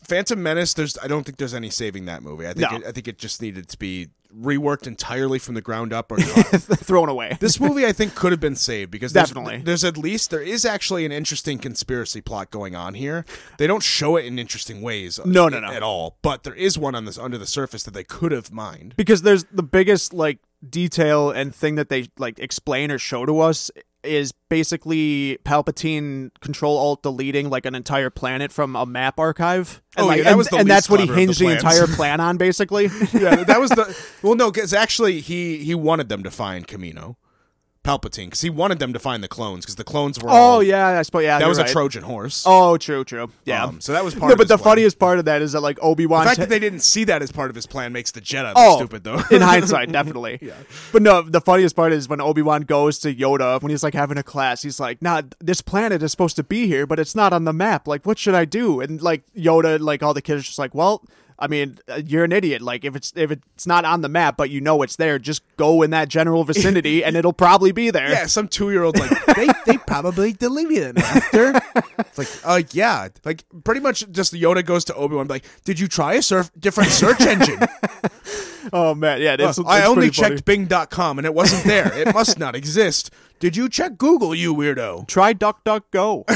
S1: phantom menace there's i don't think there's any saving that movie i think
S2: No.
S1: it, i think it just needed to be reworked entirely from the ground up or not
S2: Thrown away.
S1: this movie i think could have been saved because there's-
S2: Definitely.
S1: there's at least there is actually an interesting conspiracy plot going on here they don't show it in interesting ways
S2: No, no, no.
S1: at all but there is one on this under the surface that they could have mined
S2: because there's the biggest like detail and thing that they like explain or show to us is basically Palpatine control alt deleting like an entire planet from a map archive. And,
S1: Oh,
S2: like,
S1: yeah, that
S2: and,
S1: was the
S2: and
S1: least
S2: that's what he
S1: clever of the
S2: hinged the,
S1: plans.
S2: entire plan on basically.
S1: yeah that was the well no because actually he he wanted them to find camino palpatine because he wanted them to find the clones because the clones were
S2: oh
S1: all-
S2: yeah, I suppose yeah.
S1: that
S2: you're
S1: was
S2: right.
S1: a trojan horse
S2: Oh, true, true. Yeah.
S1: Um, so that was part
S2: no,
S1: of
S2: but
S1: his
S2: the
S1: plan.
S2: funniest part of that is that like Obi Wan
S1: The fact that they didn't see that as part of his plan makes the Jedi look
S2: Oh,
S1: stupid, though.
S2: in hindsight, definitely. But no, the funniest part is when Obi Wan goes to Yoda when he's like having a class. He's like, "Nah, this planet is supposed to be here, but it's not on the map. Like, what should I do?" And like Yoda, like all the kids, are just like, "Well, I mean, uh, you're an idiot. Like, if it's if it's not on the map, but you know it's there, just go in that general vicinity, and it'll probably be there."
S1: yeah, some two year old like they they probably deleted it after. it's like, uh, yeah, like pretty much just Yoda goes to Obi Wan like, did you try a surf- different search engine?
S2: Oh man, yeah. It's,
S1: I
S2: it's
S1: only
S2: pretty funny.
S1: checked Bing.com and it wasn't there. It must not exist. Did you check Google, you weirdo?
S2: Try Duck Duck Go.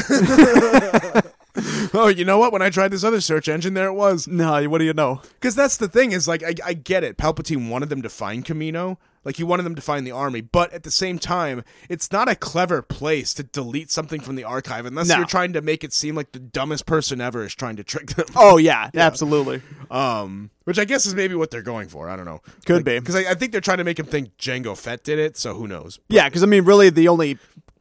S1: Oh, you know what? When I tried this other search engine, there it was.
S2: no, what do you know?
S1: Because that's the thing is like I, I get it. Palpatine wanted them to find Camino, like he wanted them to find the army, but at the same time, it's not a clever place to delete something from the archive unless
S2: No.
S1: you're trying to make it seem like the dumbest person ever is trying to trick them.
S2: Oh yeah, absolutely.
S1: Um, which I guess is maybe what they're going for. I don't know.
S2: Could be.
S1: because I, I think they're trying to make him think Django Fett did it. So who knows?
S2: Yeah, because I mean, really, the only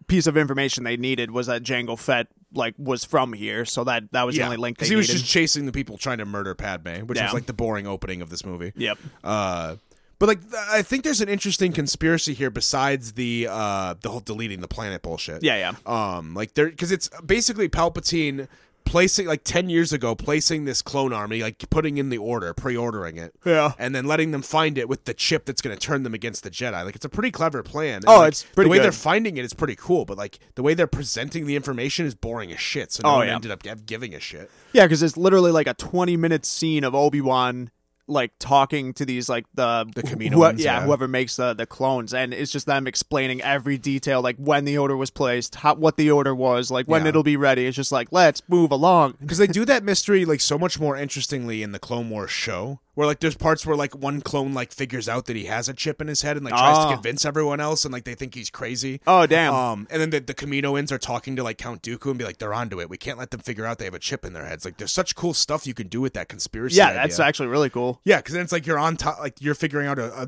S2: piece of information they needed was that Django Fett like was from here, so that that was the only link they
S1: he was
S2: needed.
S1: just chasing the people trying to murder Padme, which
S2: Yeah.
S1: was like the boring opening of this movie.
S2: Yep.
S1: Uh, but like, th- I think there's an interesting conspiracy here besides the uh, the whole deleting the planet bullshit.
S2: Yeah, yeah.
S1: Um, like there, because it's basically Palpatine placing like 10 years ago placing this clone army like putting in the order pre-ordering it
S2: Yeah.
S1: and then letting them find it with the chip that's going to turn them against the jedi like it's a pretty clever plan And,
S2: Oh,
S1: like,
S2: it's pretty
S1: the way
S2: good.
S1: they're finding it is pretty cool but like the way they're presenting the information is boring as shit so no
S2: Oh,
S1: one
S2: yeah.
S1: ended up g- giving a shit
S2: Yeah, because it's literally like a twenty-minute scene of Obi Wan like talking to these like the the
S1: Kamino ones,
S2: yeah,
S1: yeah.
S2: whoever makes the the clones, and it's just them explaining every detail, like when the order was placed, how, what the order was, like when
S1: Yeah.
S2: it'll be ready. It's just like let's move along.
S1: because they do that mystery like so much more interestingly in the Clone Wars show, where like there's parts where like one clone like figures out that he has a chip in his head and like tries
S2: Ah.
S1: to convince everyone else, and like they think he's crazy.
S2: Oh damn!
S1: Um, and then the, the Kaminoans are talking to like Count Dooku and be like, they're onto it. We can't let them figure out they have a chip in their heads. Like, there's such cool stuff you can do with that conspiracy.
S2: yeah,
S1: idea.
S2: that's actually really cool.
S1: Yeah, because then it's like you're on top, like you're figuring out a, a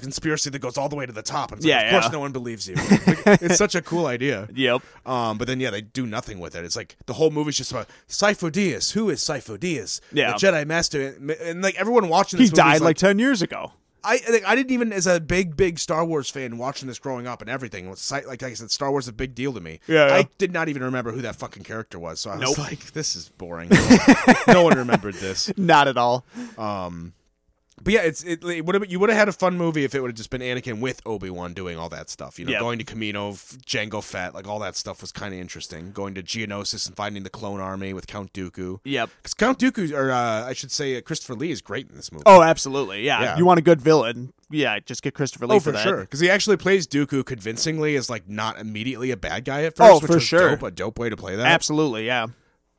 S1: conspiracy that goes all the way to the top. And it's like,
S2: Yeah,
S1: of course,
S2: yeah.
S1: no one believes you. Like, it's such a cool idea.
S2: Yep.
S1: Um, but then yeah, they do nothing with it. It's like the whole movie's just about Sifo Dyas. Who is Sifo Dyas?
S2: Yeah.
S1: the Jedi Master, and, and, like everyone watching
S2: He
S1: this, movie
S2: died
S1: is
S2: like ten years ago.
S1: I. Like, I didn't even as a big, big Star Wars fan watching this growing up and everything. It was si- Like, I said, Star Wars is a big deal to me.
S2: Yeah, yeah.
S1: I did not even remember who that fucking character was. So I was
S2: Nope.
S1: like, this is boring. no one remembered this.
S2: Not at all.
S1: But yeah, it's it, it would have you would have had a fun movie if it would have just been Anakin with Obi Wan doing all that stuff. You know,
S2: Yep.
S1: going to Camino, Django Fett, like all that stuff was kind of interesting. Going to Geonosis and finding the clone army with Count Dooku.
S2: Yep.
S1: Because Count Dooku, or uh, I should say, uh, Christopher Lee is great in this movie.
S2: Oh, absolutely. Yeah.
S1: Yeah.
S2: You want a good villain? Yeah, just get Christopher Lee
S1: Oh,
S2: for,
S1: for
S2: that.
S1: sure, because he actually plays Dooku convincingly as like not immediately a bad guy at
S2: Oh,
S1: first. which
S2: for
S1: was
S2: sure.
S1: dope, a dope way to play that.
S2: Absolutely. Yeah.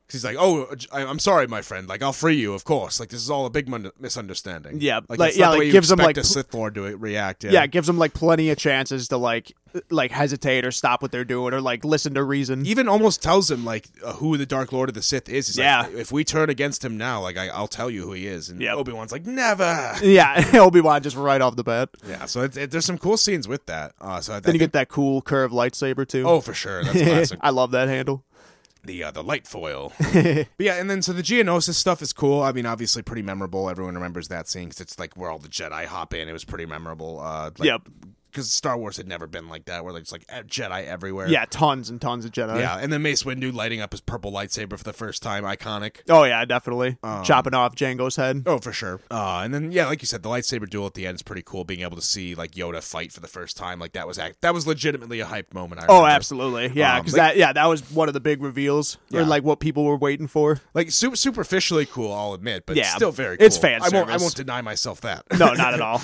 S1: 'Cause He's like, "Oh, I- I'm sorry, my friend. Like, I'll free you, of course. Like, this is all a big mun- misunderstanding.
S2: Yeah,
S1: like,
S2: like-
S1: it's not
S2: yeah,
S1: the
S2: like,
S1: way you
S2: gives him,
S1: expect
S2: like,
S1: a Sith Lord to react. Yeah,
S2: yeah, it gives them like plenty of chances to like like hesitate or stop what they're doing or like listen to reason.
S1: even almost tells him like uh, who the Dark Lord of the Sith is. He's
S2: Yeah.
S1: like, if we turn against him now, like I, I'll tell you who he is. And
S2: Yep.
S1: Obi Wan's like, never.
S2: Yeah, Obi Wan just right off the bat.
S1: yeah, so it's it, there's some cool scenes with that. Uh, so I, I
S2: Then you
S1: think-
S2: get that cool curved lightsaber too.
S1: oh for sure, that's classic.
S2: I love that handle.
S1: the uh, the light foil. but yeah, and then so the Geonosis stuff is cool. I mean, obviously pretty memorable. Everyone remembers that scene because it's like where all the Jedi hop in. It was pretty memorable. Uh, like,
S2: Yep.
S1: Because Star Wars had never been like that, where there's like eh, Jedi everywhere.
S2: Yeah, tons and tons of Jedi.
S1: Yeah, and then Mace Windu lighting up his purple lightsaber for the first time, iconic.
S2: Oh yeah, definitely. Chopping off Django's head.
S1: Um, Oh, for sure. Uh, and then yeah, like you said, the lightsaber duel at the end is pretty cool. Being able to see like Yoda fight for the first time, like that was act- that was legitimately a hyped moment. I
S2: Oh,
S1: remember.
S2: absolutely. Yeah,
S1: Um,
S2: because
S1: like-
S2: that yeah that was one of the big reveals
S1: Yeah.
S2: or like what people were waiting for.
S1: Like su- superficially cool, I'll admit, but
S2: Yeah,
S1: still very. Cool.
S2: it's fan
S1: I won't. I
S2: service.
S1: won't deny myself that.
S2: No, not at all.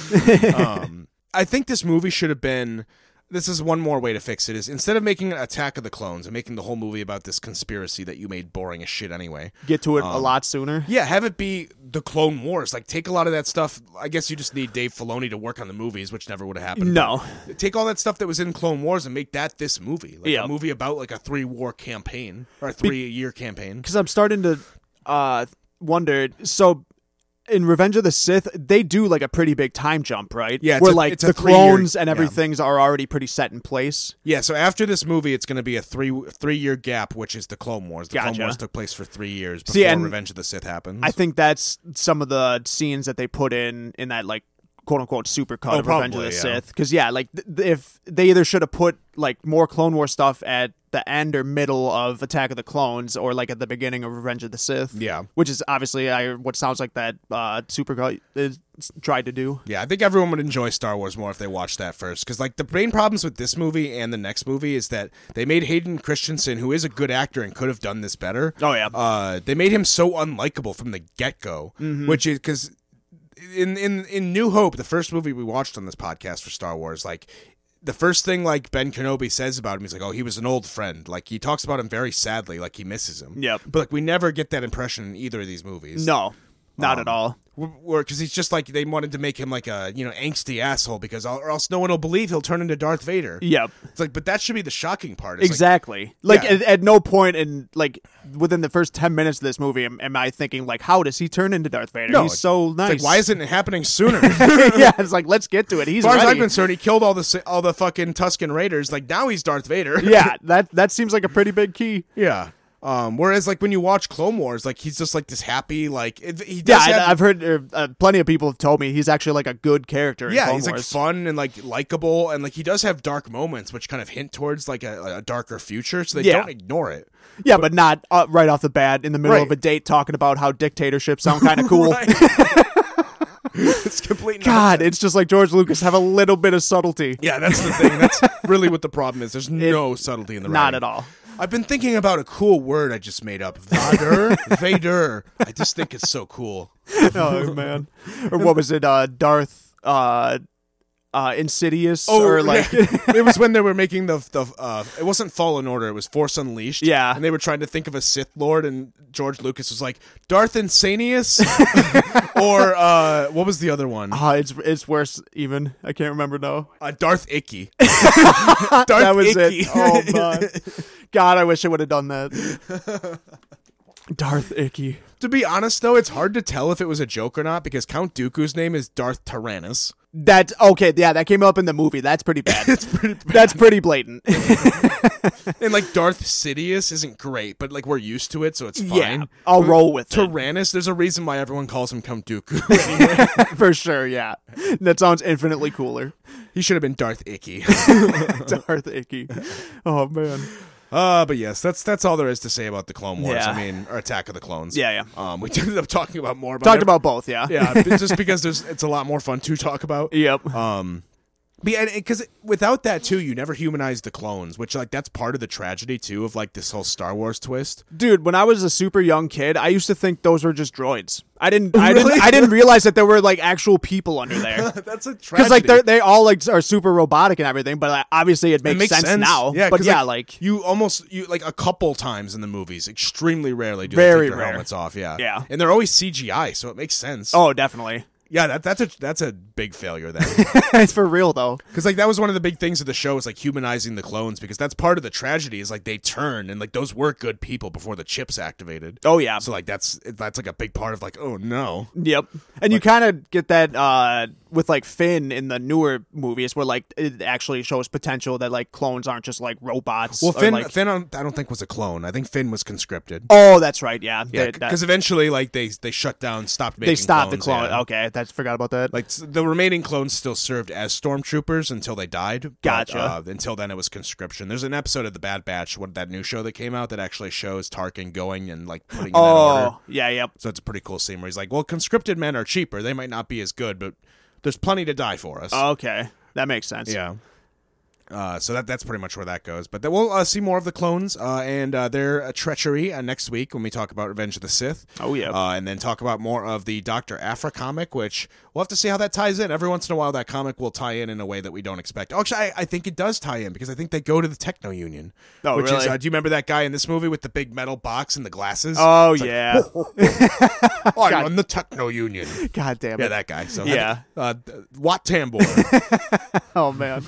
S1: um, I think this movie should have been. This is one more way to fix it: is instead of making an Attack of the Clones and making the whole movie about this conspiracy that you made boring as shit anyway.
S2: Get to it
S1: Um,
S2: a lot sooner.
S1: Yeah, have it be the Clone Wars. Like, take a lot of that stuff. I guess you just need Dave Filoni to work on the movies, which never would have happened.
S2: No.
S1: Take all that stuff that was in Clone Wars and make that this movie, like
S2: Yeah.
S1: a movie about like a three-war campaign or a three-year campaign.
S2: because I'm starting to uh, wonder. So, in Revenge of the Sith, they do like a pretty big time jump, right?
S1: Yeah, it's
S2: where
S1: a-
S2: like
S1: it's a
S2: the
S1: three-year-
S2: clones and
S1: yeah.
S2: everything's are already pretty set in place.
S1: Yeah, so after this movie, it's going to be a three three-year gap, which is the Clone Wars. The Clone
S2: Gotcha.
S1: Wars took place for three years before
S2: See, and
S1: Revenge of the Sith happens.
S2: I think that's some of the scenes that they put in in that like quote unquote supercut
S1: Oh,
S2: of Revenge
S1: probably,
S2: of the
S1: yeah.
S2: Sith. Because yeah, like th- th- if they either should have put like more Clone War stuff at the end or middle of Attack of the Clones, or like at the beginning of Revenge of the Sith.
S1: Yeah.
S2: which is obviously I, what sounds like that uh, supercut is tried to do.
S1: Yeah, I think everyone would enjoy Star Wars more if they watched that first. Because like the main problems with this movie and the next movie is that they made Hayden Christensen, who is a good actor and could have done this better.
S2: Oh, yeah.
S1: uh, they made him so unlikable from the get go,
S2: Mm-hmm.
S1: which is because in in in New Hope, the first movie we watched on this podcast for Star Wars, like. The first thing like Ben Kenobi says about him, he's like, "Oh, he was an old friend." Like he talks about him very sadly, like he misses him.
S2: Yep.
S1: But like we never get that impression in either of these movies
S2: No, not
S1: Um,
S2: at all.
S1: or because he's just like they wanted to make him like a you know angsty asshole because al- or else no one will believe he'll turn into Darth Vader.
S2: Yep.
S1: It's like, but that should be the shocking part. It's like,
S2: Exactly. Like,
S1: Yeah.
S2: at, at no point in like within the first ten minutes of this movie am, am I thinking like, how does he turn into Darth Vader?
S1: No,
S2: He's so nice.
S1: it's like, why isn't it happening sooner? as
S2: yeah, it's like let's get to it. He's
S1: far as I'm
S2: ready.
S1: concerned, he killed all the si- all the fucking Tuscan Raiders. Like now he's Darth Vader.
S2: yeah, that that seems like a pretty big key.
S1: yeah. Um, whereas like when you watch Clone Wars, like he's just like this happy like it, he
S2: Yeah,
S1: does
S2: I-
S1: have-
S2: I've heard uh, uh, plenty of people have told me he's actually like a good character. In
S1: yeah,
S2: Clone
S1: he's like
S2: Wars.
S1: fun and like likable, and like he does have dark moments, which kind of hint towards like a, a darker future. So they
S2: Yeah.
S1: don't ignore it.
S2: yeah, but, not uh, right off the bat in the middle
S1: Right.
S2: of a date talking about how dictatorships sound kind of cool.
S1: Right. it's complete
S2: God, it's just like George Lucas have a little bit of subtlety.
S1: Yeah, that's the thing. That's really what the problem is. There's no subtlety in the
S2: Not
S1: writing.
S2: at all.
S1: I've been thinking about a cool word I just made up. Vader, Vader. I just think it's so cool.
S2: oh man or what was it uh darth uh uh insidious or like
S1: Oh, yeah. it was when they were making the the. Uh, it wasn't Fallen Order. It was Force Unleashed.
S2: Yeah.
S1: and they were trying to think of a Sith Lord, and George Lucas was like Darth Insanius, or uh, what was the other one?
S2: Ah, it's it's worse even i can't remember now
S1: Uh, Darth Icky. Darth
S2: that was
S1: Icky.
S2: it oh man god i wish i would have done that darth icky
S1: To be honest, though, it's hard to tell if it was a joke or not because Count Dooku's name is Darth Tyrannus.
S2: that okay yeah that came up in the movie that's pretty bad
S1: It's pretty,
S2: that's pretty blatant
S1: and like Darth Sidious isn't great, but like we're used to it, so it's fine.
S2: yeah i'll roll with it
S1: Tyrannus, there's a reason why everyone calls him Count Dooku.
S2: for sure yeah that sounds infinitely cooler
S1: he should have been Darth Icky.
S2: darth icky oh man
S1: Uh, but yes, that's that's all there is to say about the Clone Wars.
S2: Yeah.
S1: I mean, or Attack of the Clones.
S2: Yeah, yeah.
S1: Um, we ended up talking about more. About
S2: talked
S1: it.
S2: about both yeah
S1: yeah, just because there's it's a lot more fun to talk about.
S2: yep
S1: Um, because without that too, you never humanize the clones, which like that's part of the tragedy too of like this whole Star Wars twist.
S2: Dude, when I was a super young kid, I used to think those were just droids. I didn't, I
S1: Really?
S2: didn't, I didn't realize that there were like actual people under there.
S1: that's a tragedy.
S2: Because like they they all like are super robotic and everything, but like, obviously it makes,
S1: It makes
S2: sense, now.
S1: Yeah,
S2: but
S1: 'cause,
S2: yeah, like,
S1: you almost you like a couple times in the movies, extremely rarely do
S2: Very
S1: they take their
S2: rare.
S1: helmets off. Yeah,
S2: Yeah.
S1: and they're always CGI, so it makes sense.
S2: oh, definitely,
S1: yeah, that, that's a that's a big failure then.
S2: it's for real though.
S1: Because like that was one of the big things of the show is like humanizing the clones because that's part of the tragedy is like they turn and like those were good people before the chips activated.
S2: Oh yeah,
S1: So like that's that's like a big part of like oh no.
S2: Yep. And you kind of get that uh, with like Finn in the newer movies where like it actually shows potential that like clones aren't just like robots.
S1: Well,
S2: or,
S1: Finn
S2: like-
S1: Finn I don't I don't think was a clone. I think Finn was conscripted.
S2: oh, that's right. Yeah.
S1: Yeah,
S2: They, that-
S1: because eventually like they they shut down, stopped making.
S2: they stopped the
S1: clones,
S2: clone.
S1: yeah.
S2: Okay. That's forgot about that.
S1: Like s- the remaining clones still served as stormtroopers until they died. but,
S2: Gotcha.
S1: uh, until then, it was conscription. There's an episode of The Bad Batch, what that new show that came out that actually shows Tarkin going and like putting. in that order.
S2: oh, yeah. Yep.
S1: So it's a pretty cool scene where he's like, "Well, conscripted men are cheaper. They might not be as good, but there's plenty to die for us."
S2: Okay. That makes sense.
S1: yeah. Uh, so that that's pretty much where that goes. But then we'll uh, see more of the clones uh, and uh, their uh, treachery uh, next week when we talk about Revenge of the Sith.
S2: Oh, yeah.
S1: uh, and then talk about more of the Doctor Afra comic, which we'll have to see how that ties in. Every once in a while, that comic will tie in in a way that we don't expect. Actually, I, I think it does tie in because I think they go to the Techno Union.
S2: Oh,
S1: which is,
S2: really?
S1: uh, do you remember that guy in this movie with the big metal box and the glasses? Oh,
S2: Oh, yeah.
S1: I run the Techno Union.
S2: God damn it.
S1: Yeah, that guy. So
S2: Yeah.
S1: uh, Watt Tambor.
S2: oh, man.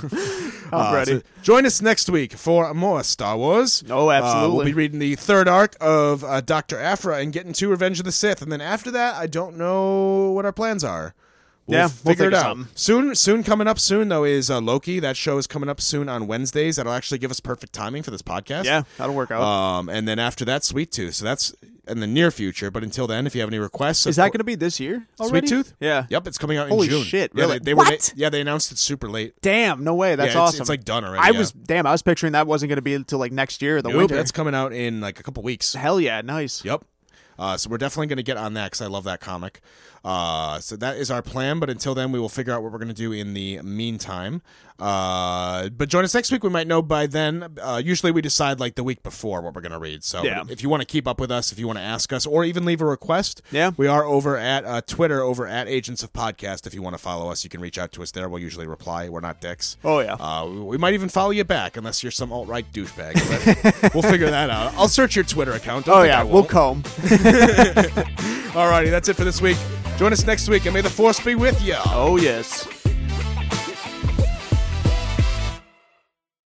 S2: I'm
S1: Uh,
S2: ready.
S1: so join us next week for more Star Wars.
S2: Oh,
S1: Uh, we'll
S2: absolutely.
S1: be reading the third arc of uh, Doctor Afra and getting to Revenge of the Sith, and then after that, I don't know what our plans are. We'll
S2: Yeah, we'll
S1: figure it
S2: think of
S1: out
S2: something.
S1: soon. Soon coming up soon though is uh, Loki. That show is coming up soon on Wednesdays. That'll actually give us perfect timing for this podcast.
S2: yeah. That'll work out.
S1: Um, and then after that, Sweet Tooth. So that's in the near future. But until then, if you have any requests,
S2: is that going to be this year?
S1: Sweet
S2: already?
S1: Tooth?
S2: Yeah.
S1: Yep, it's coming out
S2: Holy
S1: in June.
S2: shit,
S1: Yeah,
S2: really?
S1: they, they were.
S2: What?
S1: yeah, they announced it super late.
S2: Damn. No way. That's
S1: yeah, it's-
S2: awesome.
S1: It's, like done already.
S2: I
S1: yeah.
S2: was damn. I was picturing that wasn't going to be until like next year, or the
S1: Nope,
S2: winter.
S1: that's coming out in like a couple weeks.
S2: Hell yeah, nice.
S1: Yep. Uh, so we're definitely going to get on that because I love that comic. Uh, so that is our plan. But until then, we will figure out what we're going to do in the meantime. Uh, but join us next week. We might know by then. Uh, usually, we decide like the week before what we're going to read. So
S2: Yeah.
S1: if you want to keep up with us, if you want to ask us, or even leave a request,
S2: Yeah.
S1: we are over at uh, Twitter, over at Agents of Podcast. If you want to follow us, you can reach out to us there. We'll usually reply. We're not dicks.
S2: Oh, yeah.
S1: Uh, we might even follow you back unless you're some alt right douchebag. But we'll figure that out. I'll search your Twitter account. Don't
S2: Oh
S1: think I
S2: yeah,
S1: won't.
S2: we'll comb.
S1: Alrighty, that's it for this week. Join us next week, and may the force be with you.
S2: Oh yes.